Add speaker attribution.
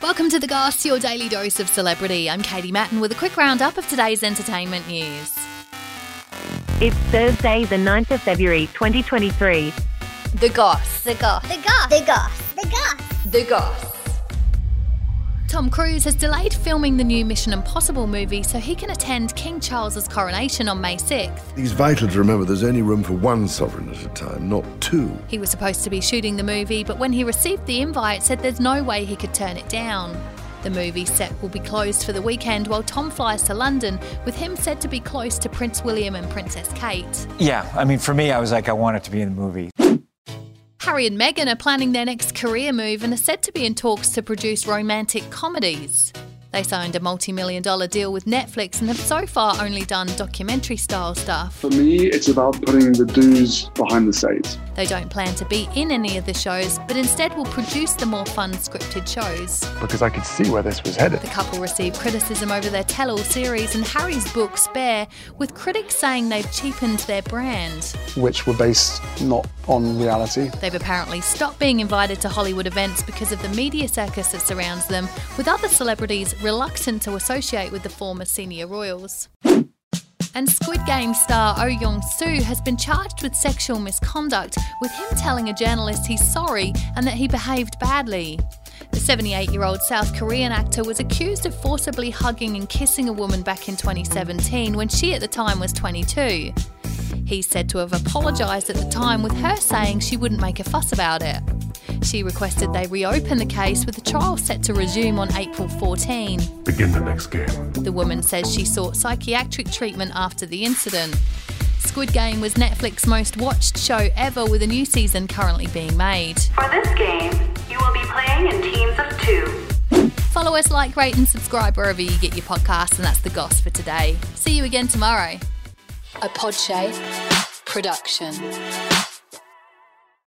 Speaker 1: Welcome to The Goss, your daily dose of celebrity. I'm Katie Matten with a quick roundup of today's entertainment news.
Speaker 2: It's Thursday, the 9th of February, 2023.
Speaker 1: The Goss. The Goss.
Speaker 3: The goth. The goth. The goth.
Speaker 1: The Goss. Tom Cruise has delayed filming the new Mission Impossible movie so he can attend King Charles's coronation on May 6th.
Speaker 4: It's vital to remember there's only room for one sovereign at a time, not two.
Speaker 1: He was supposed to be shooting the movie, but when he received the invite, said there's no way he could turn it down. The movie set will be closed for the weekend while Tom flies to London, with him said to be close to Prince William and Princess Kate.
Speaker 5: Yeah, I mean, for me, I was like, I want it to be in the movie.
Speaker 1: Harry and Meghan are planning their next career move and are said to be in talks to produce romantic comedies. They signed a multi million dollar deal with Netflix and have so far only done documentary style stuff.
Speaker 6: For me, it's about putting the do's behind the says.
Speaker 1: They don't plan to be in any of the shows, but instead will produce the more fun scripted shows.
Speaker 7: because I could see where this was headed.
Speaker 1: The couple received criticism over their tell all series and Harry's book Spare, with critics saying they've cheapened their brand.
Speaker 8: which were based not on reality.
Speaker 1: They've apparently stopped being invited to Hollywood events because of the media circus that surrounds them, with other celebrities reluctant to associate with the former senior royals. And Squid Game star Oh Young Soo has been charged with sexual misconduct, with him telling a journalist he's sorry and that he behaved badly. The 78 year old South Korean actor was accused of forcibly hugging and kissing a woman back in 2017 when she at the time was 22. He's said to have apologised at the time, with her saying she wouldn't make a fuss about it. She requested they reopen the case with the trial set to resume on April 14.
Speaker 9: Begin the next game.
Speaker 1: The woman says she sought psychiatric treatment after the incident. Squid Game was Netflix's most watched show ever, with a new season currently being made.
Speaker 10: For this game, you will be playing in teams of two.
Speaker 1: Follow us, like, rate, and subscribe wherever you get your podcasts, and that's the goss for today. See you again tomorrow. A Podshape production.